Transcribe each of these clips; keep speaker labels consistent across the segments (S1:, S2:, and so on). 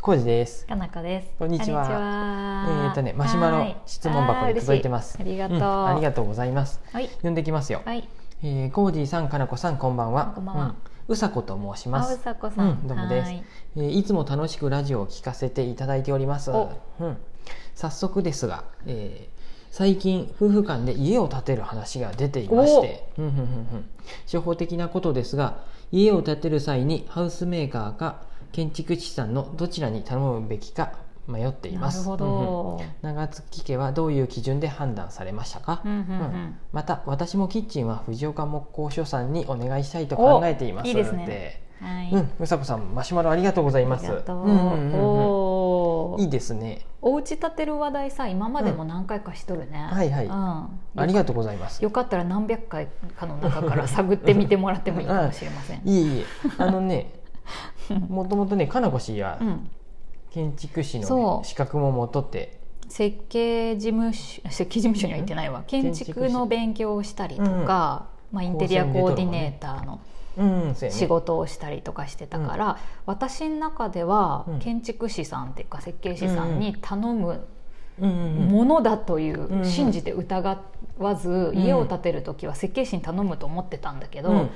S1: コウジです。
S2: かなこです。
S1: こんにちは
S2: こんにちは
S1: えっとねマシュマロ
S2: はい
S1: 質問箱に届いてます
S2: あー嬉しいありがとう。
S1: うんありがとうございます。
S2: はい。
S1: 読んできますよ。
S2: はい。
S1: えーコージーさん、かなこさん、こんばんは。
S2: こんばんは
S1: うんうさこと申しま
S2: あう
S1: す。
S2: さこさん。
S1: うんどうもです
S2: はい
S1: えーいつも楽しくラジオを聞かせていただいております。
S2: お
S1: うん、早速ですが、えー最近夫婦間で家を建てる話が出ていまして、うんうんうんうん初歩的なことですが、家を建てる際にハウスメーカーか建築士さんのどちらに頼むべきか迷ってい
S2: な
S1: ま
S2: る
S1: す。うんう
S2: ほ
S1: ん
S2: ど。
S1: 長月家はどういう基準で判断されましたか、
S2: うんうんうん
S1: また私もキッチンは藤岡木工所さんにお願いしたいと考えています
S2: おいいですね
S1: って
S2: はい。
S1: うん、うさこさんマシュマロありがとうございます
S2: ありがとう。
S1: うんうんうん
S2: お
S1: うん
S2: ー
S1: いいですね
S2: お家建てる話題さ、今までも何回かしとるね。
S1: はいはい
S2: うん。
S1: ありが
S2: と
S1: とうございますい
S2: よかったら何百回かの中から探ってみてもらってもいいかもしれません。
S1: えいえあの ねもともとねかなこ氏は
S2: うん。
S1: 建築士の
S2: そ
S1: ね
S2: う
S1: 資格ももとって
S2: 設計事務所設計事務所には行ってないわ建築の勉強をしたりとか、まあ、インテリアコーディネーターの
S1: うんそうやね
S2: 仕事をしたりとかしてたから、私の中では
S1: うん
S2: 建築士さんっていうか設計士さんに頼む
S1: うんうんうん
S2: ものだという、
S1: うん
S2: 信じて疑わず、
S1: ん
S2: 家を建てる時は設計士に頼むと思ってたんだけど、
S1: うん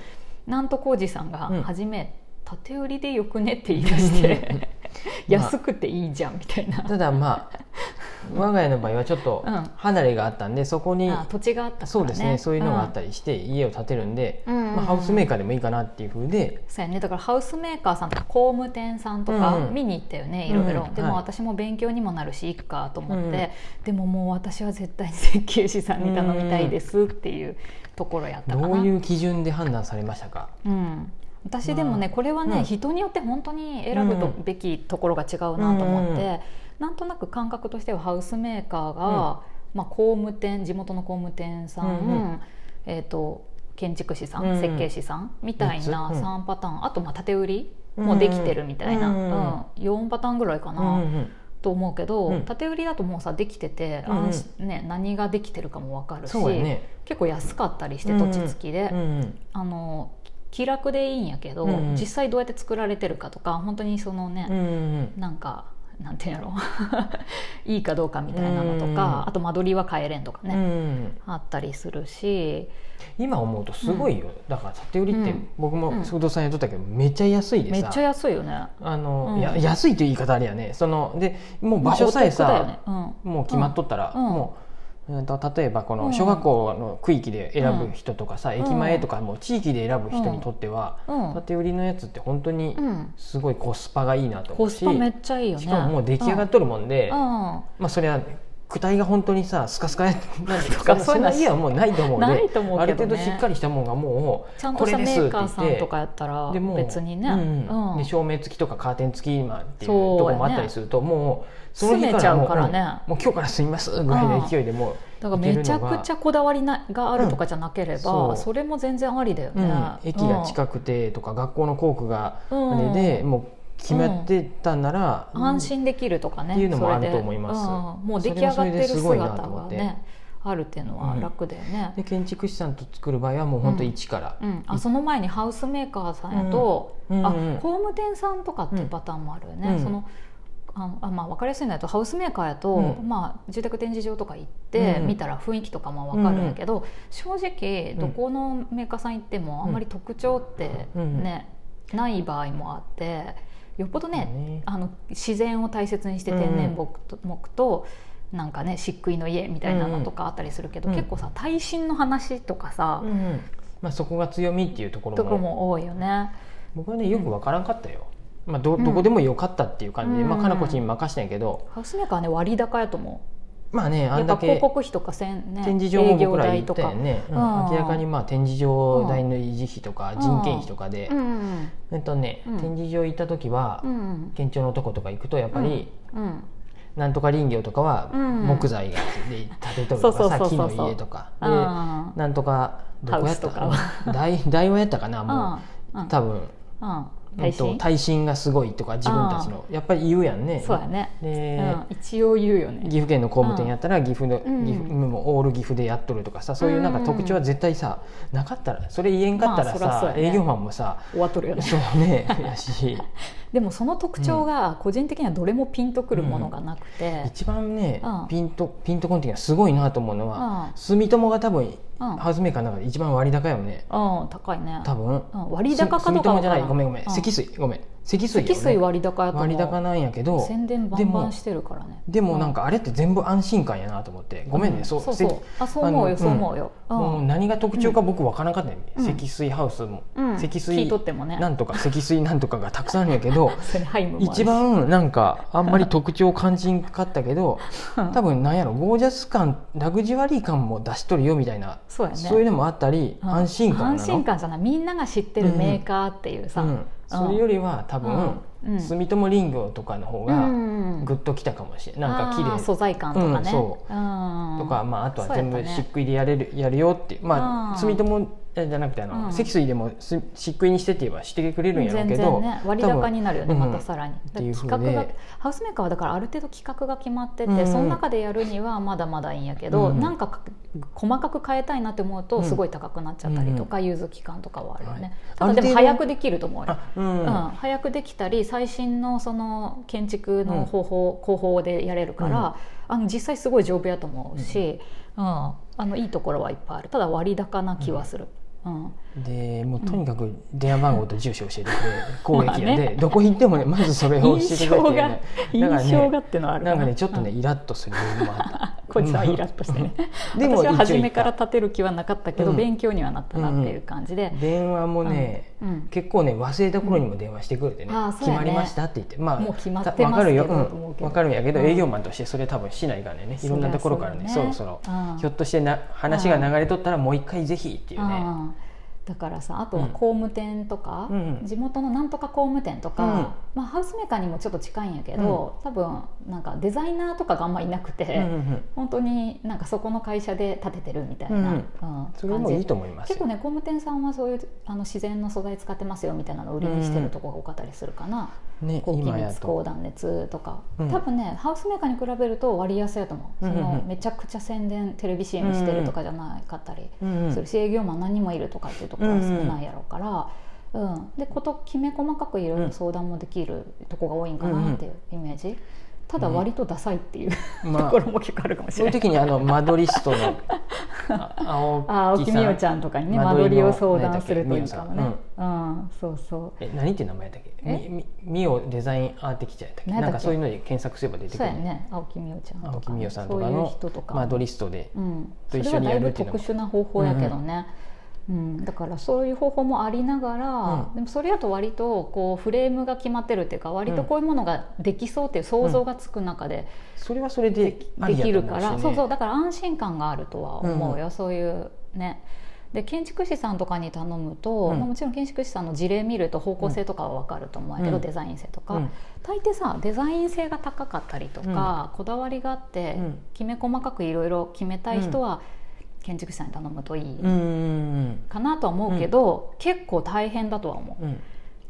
S2: なんと浩二さんが
S1: うん
S2: 初め、建て売りでよくねって言い出 して、
S1: うんまあ
S2: 安くていいじゃんみたいな。
S1: ただまあ我が家の場合はちょっと
S2: うん
S1: 離れがあったんでそこに
S2: あ土地があったからね
S1: そうですねそういうのがあっ
S2: り、
S1: たりして家を建てるんで、
S2: うんうんうん
S1: まあ、ハウスメーカーでもいいかなっていうふうで、
S2: そうやねだからハウスメーカーさんとか工務店さんとか
S1: うんうん
S2: 見に行ったよね、いろいろ、
S1: うん
S2: でも
S1: はい
S2: 私も勉強にもなるしいっかと思っ
S1: うん
S2: て、でももう私は絶対設計士さんに頼みたいですっていうところやったかな、
S1: どういう基準で判断されましたか
S2: うん私でもね、
S1: まあ
S2: これはね、
S1: うん
S2: 人によって本当に選ぶと
S1: うん
S2: べきところが違うなと思って、
S1: うんう
S2: なんとなく感覚としてはハウスメーカーが、
S1: うん
S2: まあ、工務店地元の工務店さん、
S1: うん
S2: えー、と建築士さん、
S1: うんうん
S2: 設計士さんみたいな
S1: 三つうん
S2: 3パターン、あとまあ建て売りもできてるみたいな、
S1: う
S2: うん
S1: うん
S2: 4パターンぐらいかな、
S1: うんうん
S2: と思うけど、
S1: うん
S2: 建て売りだともうさできてて、
S1: うんうん
S2: 安心ね、何ができてるかも分かるし、
S1: そうやね
S2: 結構安かったりして土地付きで。
S1: うんうん
S2: あの気楽でいいんやけど、
S1: うんうん
S2: 実際どうやって作られてるかとか本当にその
S1: うんう
S2: ね、
S1: ん
S2: なんかなんていうんやろ いいかどうかみたいなのと
S1: う
S2: か、
S1: ん
S2: あと間取りは変えれんとか
S1: うんう
S2: ね、
S1: ん
S2: あったりするし
S1: 今思うとすごいよ、だから建て売りって
S2: うん
S1: 僕
S2: う
S1: も
S2: ん
S1: 不動産屋とったけどめっちゃ安いでさ
S2: めっちゃ安いよね。
S1: あの、
S2: うん
S1: や安いという言い方あれやねそのでもう場所さえさ、
S2: まあお得だよねうん
S1: もう決まっとったら、
S2: うん
S1: もう、うんと例えばこ
S2: う
S1: の
S2: ん
S1: 小学校の区域で選ぶ人とかさ、
S2: ん
S1: 駅前とかもう地域で選ぶ人にとっては、
S2: うん
S1: 建て売りのやつって本当に
S2: うん
S1: すごいコスパがいいなと思
S2: コ
S1: う
S2: ス
S1: し、
S2: パめっちゃいいよね
S1: しかももう出来上がっとるもんで、
S2: うんうん
S1: まあそれは躯体が本当にさスカスカやなんて
S2: とか
S1: そんな
S2: そうい
S1: 家
S2: うのは
S1: はもうないと思うんで
S2: ないと思う
S1: あ
S2: け
S1: る
S2: どね
S1: 程度しっかりしたもんがもう
S2: ちゃん
S1: こと
S2: し
S1: れで
S2: たメ
S1: すって
S2: ーカ
S1: 言っ
S2: ー
S1: て
S2: さんとかやったら
S1: でもう
S2: 別にね、
S1: うん
S2: うん
S1: で照明付きとかカーテン付き今っていうと
S2: そうやね
S1: こもあったりするともうその日
S2: 住め
S1: か
S2: ちゃ
S1: ら
S2: う
S1: も
S2: から
S1: う,、
S2: ね
S1: もう今日から住みますぐらいの勢いでもう
S2: だからめちゃくち
S1: ゃ、
S2: ゃこだわりながあるとかじゃなけ
S1: う
S2: れば、
S1: んそう
S2: それも全然ありだよ
S1: う
S2: ね、
S1: ん、駅が近くてとか学校の校区があれで、
S2: う
S1: もう決まってたんなら、
S2: 安心できるとかね
S1: っていうのもある
S2: それで
S1: と思います
S2: うんもう出来上がってる
S1: それはそれですごいな
S2: 姿
S1: と思
S2: が
S1: って
S2: ねあるっていうのは楽だよね、
S1: で建築士さんと作る場合はもう本当一から、
S2: うんあその前にハウスメーカーさんやと、
S1: うん
S2: あ
S1: うんうん
S2: 工務店さんとかっていうパターンもあるよね、
S1: うん
S2: そのああまあ、分かりやすいのだとハウスメーカーやと、
S1: うん
S2: まあ、住宅展示場とか行って、
S1: うん
S2: 見たら雰囲気とかも分かるんやけど、正直どこのメーカーさん行っても
S1: うん
S2: あんまり特徴って
S1: うん
S2: ね、ない場合もあってよっぽどね
S1: ね
S2: あの自然を大切にして天然木と,、木となんかね漆喰の家みたいなのとかあったりするけど、
S1: うん
S2: 結構さ耐震の話とかさ、
S1: うんまあ、そこが強みっていうところ
S2: と
S1: も
S2: かも多いよね。
S1: 僕はねよくわからんかったよ、まあ、ど
S2: うん
S1: どこでもよかったっていう感じで、
S2: うん
S1: まあ、かなこちに任してんやけど
S2: ハウスメーカーはね割高やと思
S1: まあね
S2: う。
S1: あ
S2: やっ
S1: ん
S2: ぱ
S1: だ
S2: 広
S1: け
S2: 告費とかせんね
S1: 展示場も
S2: 営業
S1: 僕ら行
S2: 代
S1: っ
S2: と
S1: たよ
S2: か。
S1: ね、うん
S2: うん
S1: 明らかにまあ展示場代の維持費とか
S2: うん
S1: 人件費とかで
S2: う、ん
S1: えっとね、
S2: うん
S1: 展示場行った時は
S2: うんうん
S1: 県庁のとことか行くとやっぱり、
S2: うん
S1: なんとか林業とかは
S2: うん
S1: 木材で建てとるとかさ
S2: そうそう
S1: 木
S2: そうそ
S1: の
S2: う
S1: 家とかで
S2: うん
S1: なんとかどこやった
S2: ハウス
S1: か台台湾やったかなも
S2: うん
S1: う
S2: う
S1: ん多分
S2: うん
S1: え
S2: 耐
S1: っと
S2: 震
S1: 耐震がすごいとか自分たちのやっぱり言うやんね。
S2: そうやね。
S1: で、
S2: うん一応言うよ
S1: 岐
S2: ね。
S1: 阜県の工務店やったら岐阜の、
S2: うん
S1: 岐阜もうオール岐阜でやっとるとかさそういうなんか特徴は絶対さなかったらそれ言えんかったらさ、
S2: まあそらそうや
S1: 営
S2: ね
S1: 業マンもさ
S2: 終わっとるよね。
S1: そうねやし
S2: でもその特徴が個人的にはどれもピンとくるものがなくて、
S1: 一番ね、
S2: うん
S1: ピンとピンとこんっていうのはすごいなと思うの
S2: う
S1: は、
S2: ん
S1: 住友が多分、
S2: うん
S1: ハウスメーカーの中で一番割高よね
S2: うん、高いね、
S1: 多分
S2: うん、割高かどう
S1: 住
S2: かわ
S1: 友じ
S2: か
S1: ゃ
S2: ら
S1: なんいごめんごめん、
S2: うん
S1: 積水ごめん積水よね
S2: 積水割高やと思
S1: 割高
S2: う
S1: なんやけど
S2: 宣伝バンバンしてるからね
S1: でもなん
S2: か、
S1: かあれって全部安心感やなと思ってごめんね、
S2: う
S1: そう
S2: そう
S1: 積
S2: そうあそう思う
S1: あの
S2: よそう思うよ、
S1: もう何が特徴か僕分からんかったよね、
S2: うん
S1: 積水ハウスも、
S2: うんうん
S1: 積水
S2: 聞いとってもね
S1: なんとか積水なんとかがたくさんあるんやけ ど
S2: それハイムもあるし
S1: 一番なんかあんまり特徴感じんかったけど
S2: うん
S1: 多分なんやろゴージャス感ラグジュアリー感も出しとるよみたいな
S2: そうやね
S1: そういうのもあったり、
S2: うん
S1: 安心感なの
S2: 安心感じゃないみんなが知ってるメーカーっていうさ、
S1: う
S2: うん
S1: ん、それよりは多分、
S2: うん
S1: 住友林業とかの方が
S2: うん
S1: グッときたかもしれない、なんか綺
S2: あー
S1: 麗
S2: 素材感とかね、
S1: うんそう
S2: うん
S1: とか、まあ、あとは全
S2: そ
S1: 部
S2: うやったね
S1: 漆喰でやれるやるよってま
S2: あ
S1: あ
S2: ー
S1: 住友じゃなくてあの、
S2: うん
S1: 積水でもす漆喰にしてって言えばしてくれるんやろう
S2: 全
S1: け
S2: 然
S1: ど、
S2: ね割高になるよね
S1: 多分
S2: またさらに、だから
S1: っていう風で
S2: 企画がハウスメーカーはだからある程度企画が決まってて、
S1: うん
S2: その中でやるにはまだまだいいんやけど、
S1: うん
S2: なんかか細かく変えたいなって思う
S1: う
S2: と
S1: ん
S2: すごい高くなっちゃったりとか、融通期間とかはあるよね、
S1: はい
S2: ただでも
S1: ある程度
S2: 早くできると思うよ、
S1: あう
S2: うん
S1: ん、
S2: 早くできたり最新のその建築の方法、工法でやれるから、あの実際すごい丈夫やと思うし、うんあのいいところはいっぱいあるただ割高な気はする。うん
S1: でもうとにかく電話番号と住所教えてくれる攻撃
S2: ま
S1: や
S2: あ
S1: で、
S2: ね
S1: どこ行ってもねまずそれを教えて
S2: 印
S1: くれ
S2: 象
S1: て、
S2: が
S1: ね、
S2: 印
S1: だからね
S2: 象がってのはある
S1: なんかねちょっとね、イラッとする部分もあった
S2: こいつはイラッとしてね、
S1: うんでも
S2: 私は初
S1: 一応言
S2: め
S1: った
S2: から立てる気はなかったけど、
S1: うん
S2: 勉強にはなったなっていう感じで、
S1: 電話もね、
S2: うんうん
S1: 結構ね忘れた頃にも電話してくれてね、
S2: うんあーそう
S1: 決
S2: や
S1: ま
S2: ね
S1: りましたって言ってまあ
S2: もう決まってます
S1: たわかるよ、
S2: けどと思
S1: うん、
S2: うけど
S1: わかるんやけど、
S2: うん
S1: 営業マンとしてそれ多分しないからねいろんなところからねそ
S2: そり
S1: ろ
S2: ゃ
S1: そ
S2: そう
S1: ろ
S2: だよね、うん
S1: ひょっとしてな話が流れとったらもう一回ぜひっていうね、
S2: ああだからさあとは工務店とか、
S1: うん
S2: 地元のなんとか工務店とか、まあ、ハウスメーカーにもちょっと近いんやけど、多分なんかデザイナーとかがあんまいなくて、
S1: うんうんうん、
S2: 本当になんかそこの会社で建ててるみたいな、
S1: うんうん
S2: うん
S1: それもい
S2: 感
S1: い
S2: じ
S1: と思います
S2: 結
S1: よ
S2: 構ね工務店さんはそういうあの自然の素材使ってますよみたいなのを売りにしてるとこが多かったりするかな、
S1: ね
S2: 高気
S1: 今や
S2: 密高
S1: と
S2: 断熱とか、
S1: うん
S2: 多分ねハウスメーカーに比べると割安やと思う、
S1: うんうんうん
S2: そのめちゃくちゃ宣伝テレビ CM してるとかじゃなかったり
S1: うんうん
S2: するし、営業マン何人もいるとかっていうところは少ないやろうから、うんでこときめ細かくいろいろ相談もできるとこが多いんかなっていうイメージ、ただ割とダサいっていう、と
S1: ま
S2: こ
S1: あ
S2: ろも結構あるかもし
S1: そうい
S2: れ
S1: う
S2: ない。
S1: 時にあのマドリストのあ
S2: あ
S1: 青
S2: 青
S1: 木
S2: 木
S1: さ
S2: 美
S1: ん
S2: 代ちゃんとかにね間
S1: 間
S2: 取
S1: 取
S2: り
S1: りの
S2: を相談するといいかもね
S1: 何だっ、
S2: うんそうそう
S1: え何っていう名前だっけみ
S2: え
S1: みミオデザインアーティキチャーやったっけ
S2: 何や
S1: な
S2: った
S1: ん
S2: っ
S1: か
S2: け
S1: そういうので検索すれば出て
S2: そ
S1: く
S2: う
S1: る
S2: やね青木美代ちゃんとかね
S1: 青木美代さんとか
S2: そういう
S1: の
S2: 人とか
S1: マドリストで
S2: うん、そ
S1: と
S2: れ
S1: 一緒
S2: は
S1: に
S2: だ
S1: や
S2: い
S1: る
S2: ぶ
S1: っていうの
S2: 特
S1: も
S2: 殊な方法やけどね、うんだからそういう方法もありながら、
S1: うん
S2: でもそれやと割とこうフレームが決まってるっていうか割とこういうものができそうっていう想像がつく中で
S1: それはそれであ
S2: で
S1: りや
S2: き
S1: と
S2: る
S1: 思うし
S2: か
S1: ね
S2: ら、そうそうだから安心感があるとは思うよ、そういうね。で建築士さんとかに頼むと、
S1: うん
S2: まあもちろん建築士さんの事例見ると方向性とかは分かると思うんやけど、
S1: うん
S2: デザイン性とか、
S1: うん
S2: 大抵さデザイン性が高かったりとか、こだわりがあって、
S1: うん
S2: きめ細かくいろいろ決めたい人は、建築士さんに頼むといい
S1: うんうん
S2: かなとは思うけど、結構大変だとは思
S1: うんうん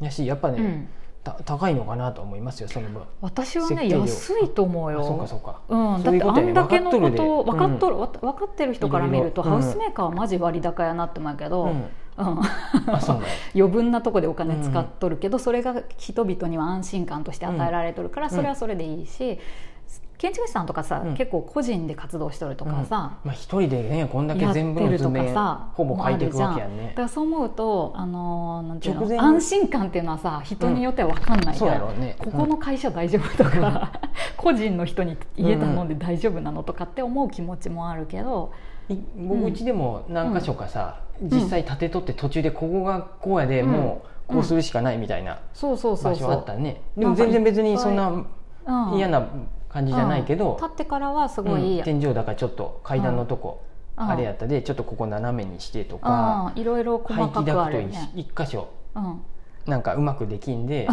S1: やしやっぱ
S2: う、
S1: ね、
S2: うん、
S1: た高いのかなと思いますよその分
S2: 私は
S1: 設計
S2: ね
S1: 料
S2: 安いと思う
S1: あ
S2: よ
S1: そうかそうか
S2: うん、だ
S1: そう
S2: っ
S1: いう
S2: て
S1: こ
S2: あ
S1: とやね
S2: んだけのこ
S1: 分かっとるで
S2: と分かっとる、わた分かってる人から見ると、
S1: いろいろ
S2: ハ
S1: うん
S2: ウスメーカーはマジ割高やなって思うけど、
S1: う
S2: うん
S1: ん、あそう
S2: 余
S1: だよ
S2: 分なとこでお金使っとるけど、それが人々には安心感として与えられとるから、
S1: ん
S2: それはそれでいいし、建築士さんとかさ、
S1: うん
S2: 結構個人で活動しとるとかさ、
S1: うんまあ、一人でねこんだけ
S2: やって
S1: 全部の
S2: る
S1: 図
S2: とか
S1: 面
S2: さ
S1: ほぼ書いていくわけやん
S2: もあるじゃんだ
S1: ね
S2: からそう思うと、あのーなんていう
S1: 直前
S2: の安心感っていうのはさ人によっては分かんない
S1: そ
S2: か
S1: う
S2: ら、
S1: やろうね
S2: ここの会社大丈夫とか、 個人の人に家頼んで大丈夫なのとかって思う気持ちもあるけど、
S1: い僕うちでも何箇所かさ、
S2: ん
S1: 実際建てとって途中でここがこうやで、
S2: うん
S1: もうこうするしかないみたいな
S2: そうそうそ
S1: 場
S2: う
S1: 所
S2: そ
S1: あった
S2: う、
S1: ね、
S2: うん
S1: でも全然別にそんな
S2: うん
S1: 嫌な感じじゃないけど、
S2: 立ってからはすご
S1: うん
S2: い、うん
S1: 天井だからちょっと階段のとこ、あれやったでちょっとここ斜めにしてとか、
S2: うんいろいろ細
S1: 排
S2: か
S1: 気
S2: く
S1: ダ
S2: あ
S1: クト
S2: るよ
S1: 一
S2: ね、
S1: 一箇所
S2: うん
S1: なんかうまくできんで、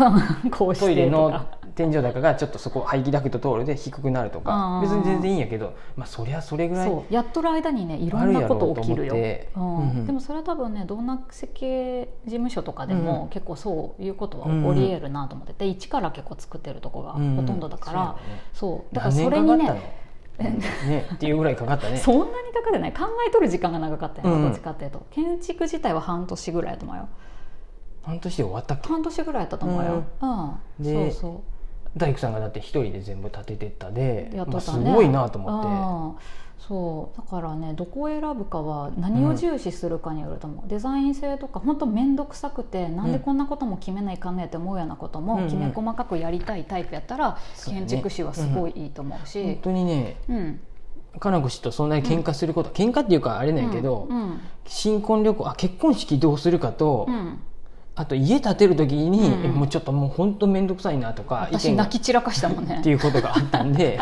S2: こうしてとか
S1: トイレの天井高がちょっとそこ排気ダクト通るで低くなるとか、
S2: うん
S1: 別に全然いいんやけど、まあ、そりゃそれぐらい
S2: そうやっとる間にねいろんなこと起きるよ
S1: あるやろうと思って
S2: うん
S1: うん
S2: でもそれは多分ねどんな設計事務所とかで
S1: うん
S2: も結構そういうことは起こりえるなと思ってて一から結構作ってるとこが
S1: うん
S2: ほとんどだから、そうだから
S1: 何
S2: そ
S1: 年
S2: れ
S1: か
S2: に
S1: かった
S2: ね
S1: のうん ねっていうぐらいかかったね
S2: そんなに高くない考えとる時間が長かったよ、
S1: うん
S2: どっちかっていうと建築自体は半年ぐらいだと思うよ
S1: 半年で終わったっけ
S2: 半年ぐらいやったと思うよ、うん
S1: で
S2: そうそう
S1: 大工さんがだって一人で全部建ててったで
S2: やっ
S1: ま
S2: と
S1: あ、
S2: った
S1: す
S2: ね
S1: ごいなと思っ
S2: うんそうだからねどこを選ぶかは何を重視するかによると思う、デザイン性とか本当面倒くさくてなんでこんなことも決めないかんねって思うようなこと
S1: うん
S2: も
S1: うん
S2: きめ細かくやりたいタイプやったら
S1: そうだね
S2: 建築士はすごいいいと思う
S1: て本
S2: し、
S1: 当にね
S2: うん
S1: かなこ氏とそんなに喧嘩すること、喧嘩っていうかあれなんやけど、
S2: うん
S1: 新婚旅行あ結婚式どうするかと、
S2: うん
S1: あと家建てる時に、
S2: うん
S1: もうちょっともう本当面倒くさいなとか
S2: 私
S1: が
S2: 泣き散らかしたもんね
S1: っていうことがあったん で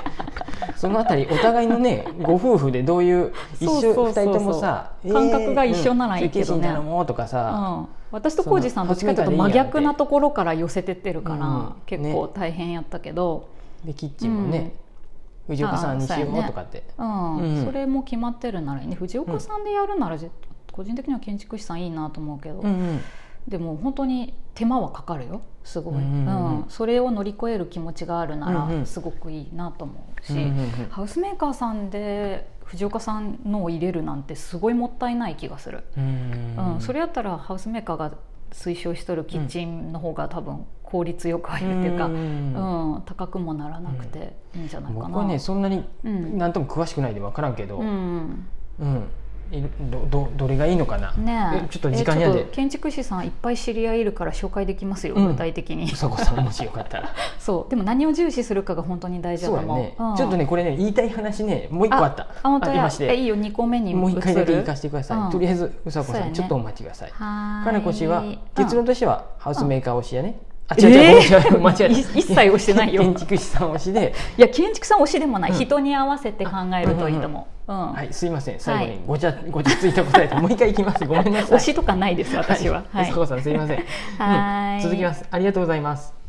S1: そのあたりお互いのねご夫婦でどういう一
S2: そうそうそ
S1: 緒
S2: う
S1: 二人ともさ
S2: 感覚が一緒ならいい
S1: うん設
S2: けどね
S1: 計士になろうとか
S2: う
S1: さ、
S2: ん、私と浩二さんどっちかというと真逆なところから寄せてってるから、
S1: うん
S2: 結構大変やったけど、
S1: でキッチンもね、藤岡さんにしようとかって、
S2: うん
S1: うん
S2: それも決まってるならいいね藤岡さんでやるなら、じ個人的には建築士さんいいなと思うけど、
S1: うん
S2: でも本当に手間はかかるよすごい、
S1: う
S2: うんん
S1: うんうん
S2: それを乗り越える気持ちがあるな
S1: うんうん
S2: らすごくいいなと思うし、
S1: うんうんうん
S2: ハウスメーカーさんで藤岡さんのを入れるなんてすごいもったいない気がする、
S1: うん
S2: うんそれやったらハウスメーカーが推奨しとるキッチンの方が多分効率よく入るっていうか、
S1: ん
S2: うん高くもならなくていいんじゃないかな。
S1: 僕はねそんなに
S2: うん
S1: 何とも詳しくないで分からんけど、う
S2: うんん
S1: いどどどれがいいのかな、
S2: ね
S1: えちょっと時間や
S2: えちょ
S1: で
S2: っと建築士さんいっぱい知り合いいるから紹介できますよ、
S1: うん
S2: 具体的に
S1: うさこさんもしよかったら
S2: そうでも何を重視するかが本当に 大事だ
S1: そう
S2: と
S1: だ
S2: 思う
S1: ね、
S2: うん
S1: ちょっとねこれね言いたい話ねもう一個あった
S2: あ本当
S1: り
S2: や
S1: まして
S2: えいいよ二個目に
S1: もう一回だけ行かせ
S2: て
S1: てください、
S2: うん
S1: とりあえずうさこさ、
S2: そうんやね
S1: ちょっとお待ちください
S2: はーい
S1: かなこ氏は結論
S2: うん
S1: としてはハウスメーカー推しやね、あ
S2: え
S1: 違う
S2: ー
S1: 違う、ごめん違う間違えた
S2: い一切推してないよ
S1: 建築士さん推しで、
S2: いや建築さん推しでもない、
S1: うん
S2: 人に合わせて考えるといいと思う、うん
S1: はいすいません最後にごちゃ、ごちゃついた答えでもう一回いきますごめんなさい
S2: 推しとかないです私は、
S1: はい、う
S2: はい
S1: さこさんすいません、
S2: はーい
S1: うん続きますありがとうございます